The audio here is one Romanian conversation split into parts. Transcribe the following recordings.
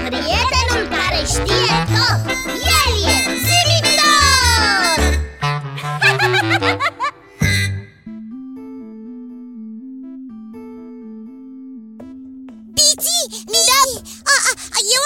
Bici, da. a, a, eu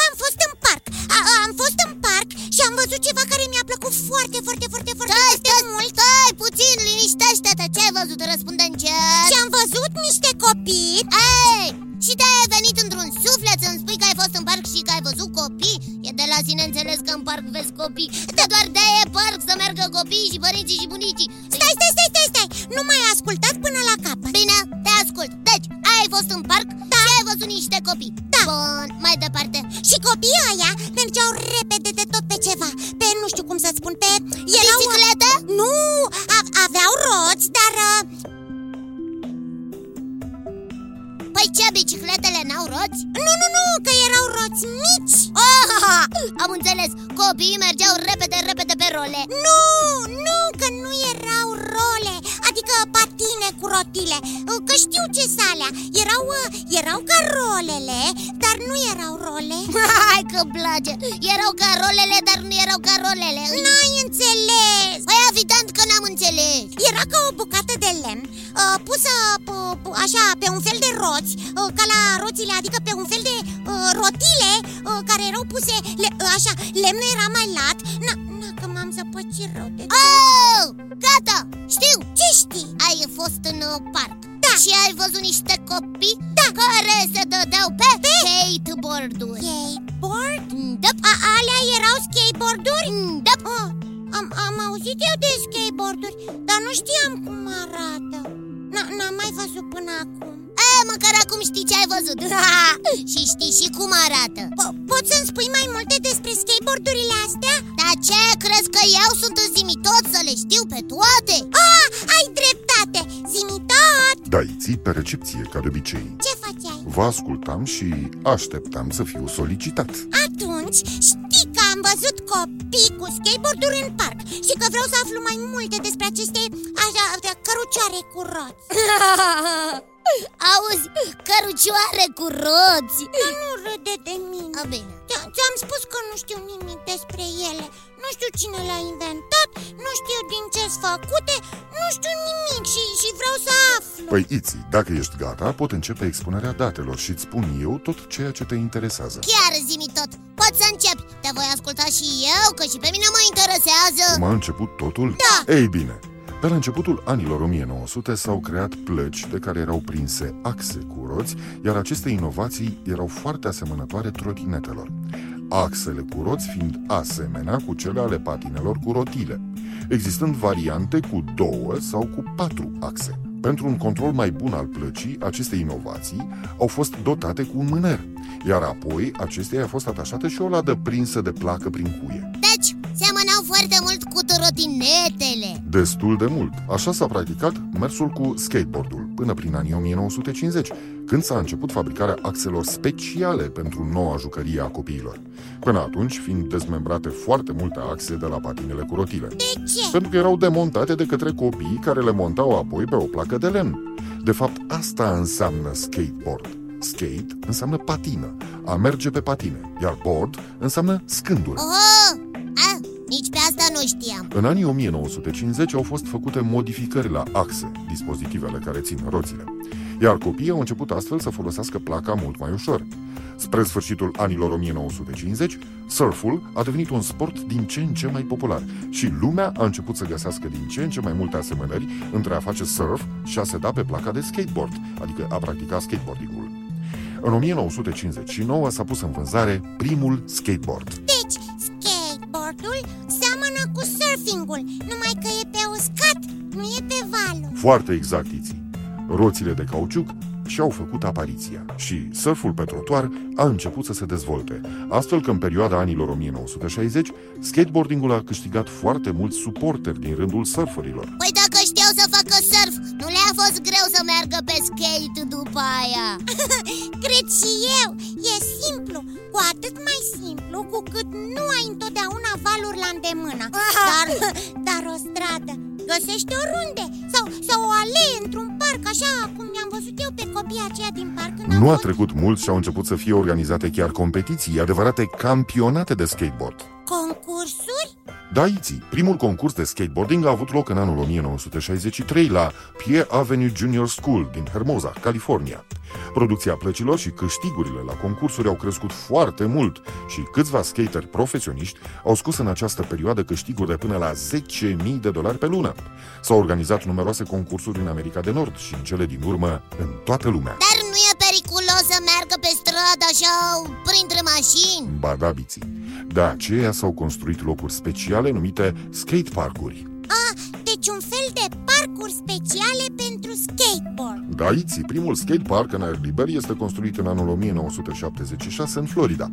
am fost în parc a, a, Am fost în parc și am văzut ceva care mi-a plăcut foarte, foarte, foarte, Stai, foarte, foarte mult Stai puțin, liniștește-te, ce ai văzut? Răspunde încet Și am văzut niște copii Ei, și de ai venit într-un suflet să-mi spui că ai fost în parc și că ai văzut copii? E de la sine înțeles că în parc vezi copii Dar doar de e parc să meargă copiii și părinții și bunicii Stai, stai, stai, stai, stai Nu m-ai ascultat până la capăt Bine, te ascult Deci, ai fost în parc da. și ai văzut niște copii Da. Bun, mai departe Și copiii aia mergeau repede de tot pe ceva Pe, nu știu cum să spun, pe... Erau... Bicicletă? Nu, a, aveau roți, dar... uh, Păi ce, bicicletele n-au roți? Nu, nu, nu, că erau roți mici Ah, Oh, am înțeles, copiii mergeau repede, repede pe role Nu, nu, că nu erau role Adică patine cu rotile Că știu ce salea Erau, uh, erau ca rolele Dar nu erau role Hai că îmi place Erau ca rolele, dar nu erau ca rolele N-ai înțeles Păi evident că n-am înțeles Era ca o bucată de lemn uh, Pusă p- p- așa pe un fel de roți uh, Ca la roțile, adică pe un fel de uh, rotile uh, Care erau puse le- uh, așa Lemnul era mai lat Na, na că m-am zăpăcit rău de Oh, gata, știu Ce știi? Ai fost în uh, parc Da. Și ai văzut niște copii Da. Care se dădeau pe, pe? skateboard-uri Skateboard? da. A, alea erau skateboarduri? da. Ah, am, am auzit eu de skateboarduri Dar nu știam cum arată N- N-am mai văzut până acum E, măcar acum știi ce ai văzut Și știi și cum arată Po- Poți să-mi spui mai multe despre skateboardurile astea? Dar ce crezi că eu sunt în zimi tot să le știu pe toate? Ah, ai dreptate! Zimitot! Daiții pe recepție, ca de obicei. Ce făceai? Vă ascultam și așteptam să fiu solicitat. Atunci știi că am văzut copii cu skateboarduri în parc Și că vreau să aflu mai multe despre aceste așa, cărucioare cu roți Auzi, cărucioare cu roți Nu râde de mine A, bine Ți- Ți-am spus că nu știu nimic despre ele Nu știu cine le-a inventat Nu știu din ce sunt făcute Nu știu nimic și, și vreau să aflu Păi, Iții, dacă ești gata, pot începe expunerea datelor și îți spun eu tot ceea ce te interesează. Chiar zimi tot, poți să începi Te voi asculta și eu, că și pe mine mă interesează Cum a început totul? Da. Ei bine, pe la începutul anilor 1900 s-au creat plăci de care erau prinse axe cu roți, iar aceste inovații erau foarte asemănătoare trotinetelor. Axele cu roți fiind asemenea cu cele ale patinelor cu rotile, existând variante cu două sau cu patru axe. Pentru un control mai bun al plăcii, aceste inovații au fost dotate cu un mâner, iar apoi acesteia a fost atașată și o ladă prinsă de placă prin cuie. Deci, seamănau foarte mult cu trotinetele Destul de mult. Așa s-a practicat mersul cu skateboardul până prin anii 1950, când s-a început fabricarea axelor speciale pentru noua jucărie a copiilor. Până atunci, fiind dezmembrate foarte multe axe de la patinele cu rotile, De ce? pentru că erau demontate de către copii care le montau apoi pe o placă de lemn. De fapt, asta înseamnă skateboard. Skate înseamnă patină, a merge pe patine, iar board înseamnă scândură. Oh, a, nici pe asta nu știam În anii 1950 au fost făcute modificări la axe, dispozitivele care țin roțile, iar copiii au început astfel să folosească placa mult mai ușor. Spre sfârșitul anilor 1950, surful a devenit un sport din ce în ce mai popular și lumea a început să găsească din ce în ce mai multe asemănări între a face surf și a se da pe placa de skateboard, adică a practica skateboardingul. În 1959 s-a pus în vânzare primul skateboard. Deci, skateboardul seamănă cu surfingul Numai că e pe uscat, nu e pe valul Foarte exact, Iții. Roțile de cauciuc și-au făcut apariția și surful pe trotuar a început să se dezvolte, astfel că în perioada anilor 1960, skateboardingul a câștigat foarte mulți suporteri din rândul surferilor. Păi dacă știau să facă surf, nu le-a fost greu să meargă pe skate după aia Cred și eu, e simplu Cu atât mai simplu cu cât nu ai întotdeauna valuri la îndemână Ah. Dar, dar o stradă găsești oriunde sau, sau o alee într-un parc, așa cum i-am văzut eu pe copiii aceia din parc când am Nu a fost. trecut mult și au început să fie organizate chiar competiții, adevărate campionate de skateboard. Concursuri? Daiții. Da, Primul concurs de skateboarding a avut loc în anul 1963 la Pierre Avenue Junior School din Hermosa, California. Producția plăcilor și câștigurile la concursuri au crescut foarte mult și câțiva skateri profesioniști au scos în această perioadă câștiguri de până la 10.000 de dolari pe lună. S-au organizat numeroase concursuri în America de Nord și în cele din urmă în toată lumea. Dar nu e periculos să meargă pe stradă așa, printre mașini? Badabiții. da, De aceea s-au construit locuri speciale numite skateparkuri. A, deci un fel de parcuri speciale pentru skateboard Daiți, primul skatepark în aer liber, este construit în anul 1976 în Florida.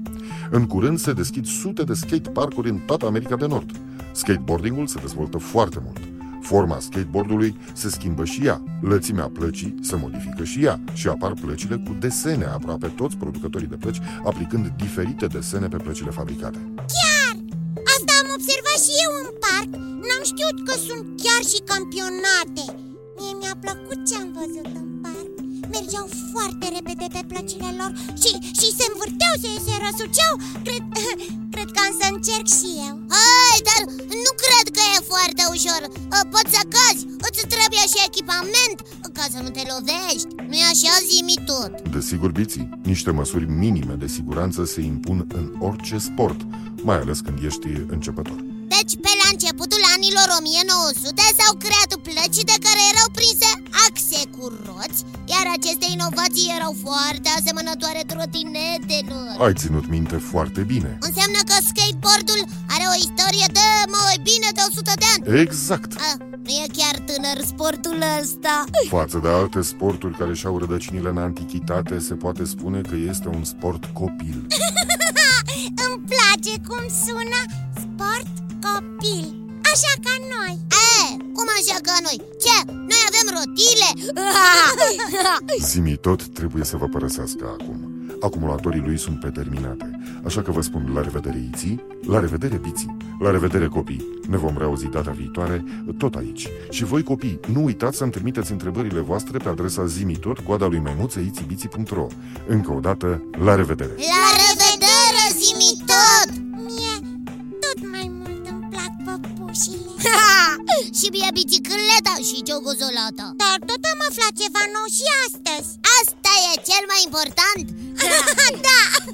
În curând se deschid sute de skateparkuri în toată America de Nord. Skateboardingul se dezvoltă foarte mult. Forma skateboardului se schimbă și ea, lățimea plăcii se modifică și ea și apar plăcile cu desene, aproape toți producătorii de plăci aplicând diferite desene pe plăcile fabricate. Chiar! Asta am observat și eu în parc N-am știut că sunt chiar și campionate Mie mi-a plăcut ce am văzut în parc Mergeau foarte repede pe plăcile lor Și, și se învârteau, se, se răsuceau Cred, cred că am să încerc și eu Hai, dar nu cred că e foarte ușor A, Poți să cazi, îți trebuie și echipament ca să nu te lovești Nu-i așa, zimi tot Desigur, biții, niște măsuri minime de siguranță se impun în orice sport, mai ales când ești începător. Deci, pe la începutul anilor 1900 s-au creat plăci de care erau prinse axe cu roți Iar aceste inovații erau foarte asemănătoare trotinetelor Ai ținut minte foarte bine. Înseamnă că skateboardul are o istorie de mai bine de 100 de ani Exact! A, Nu e chiar tânăr sportul ăsta Față de alte sporturi care și-au rădăcinile în antichitate, se poate spune că este un sport copil. Îmi place cum sună sport copil Așa ca noi E, cum așa ca noi? Ce? Noi avem rotile? Zimii tot trebuie să vă părăsească acum. Acumulatorii lui sunt pe terminate, așa că vă spun la revedere iții, la revedere biții, la revedere copii. Ne vom reauzi data viitoare tot aici. Și voi copii, nu uitați să-mi trimiteți întrebările voastre pe adresa zimitot coada lui maimuțeițibiții.ro Încă o dată, la revedere! La revedere, zimi tot! Mie tot mai mult îmi plac păpușile și bie bicicleta și ciogozolata Dar tot am aflat ceva nou și astăzi Asta e cel mai important da!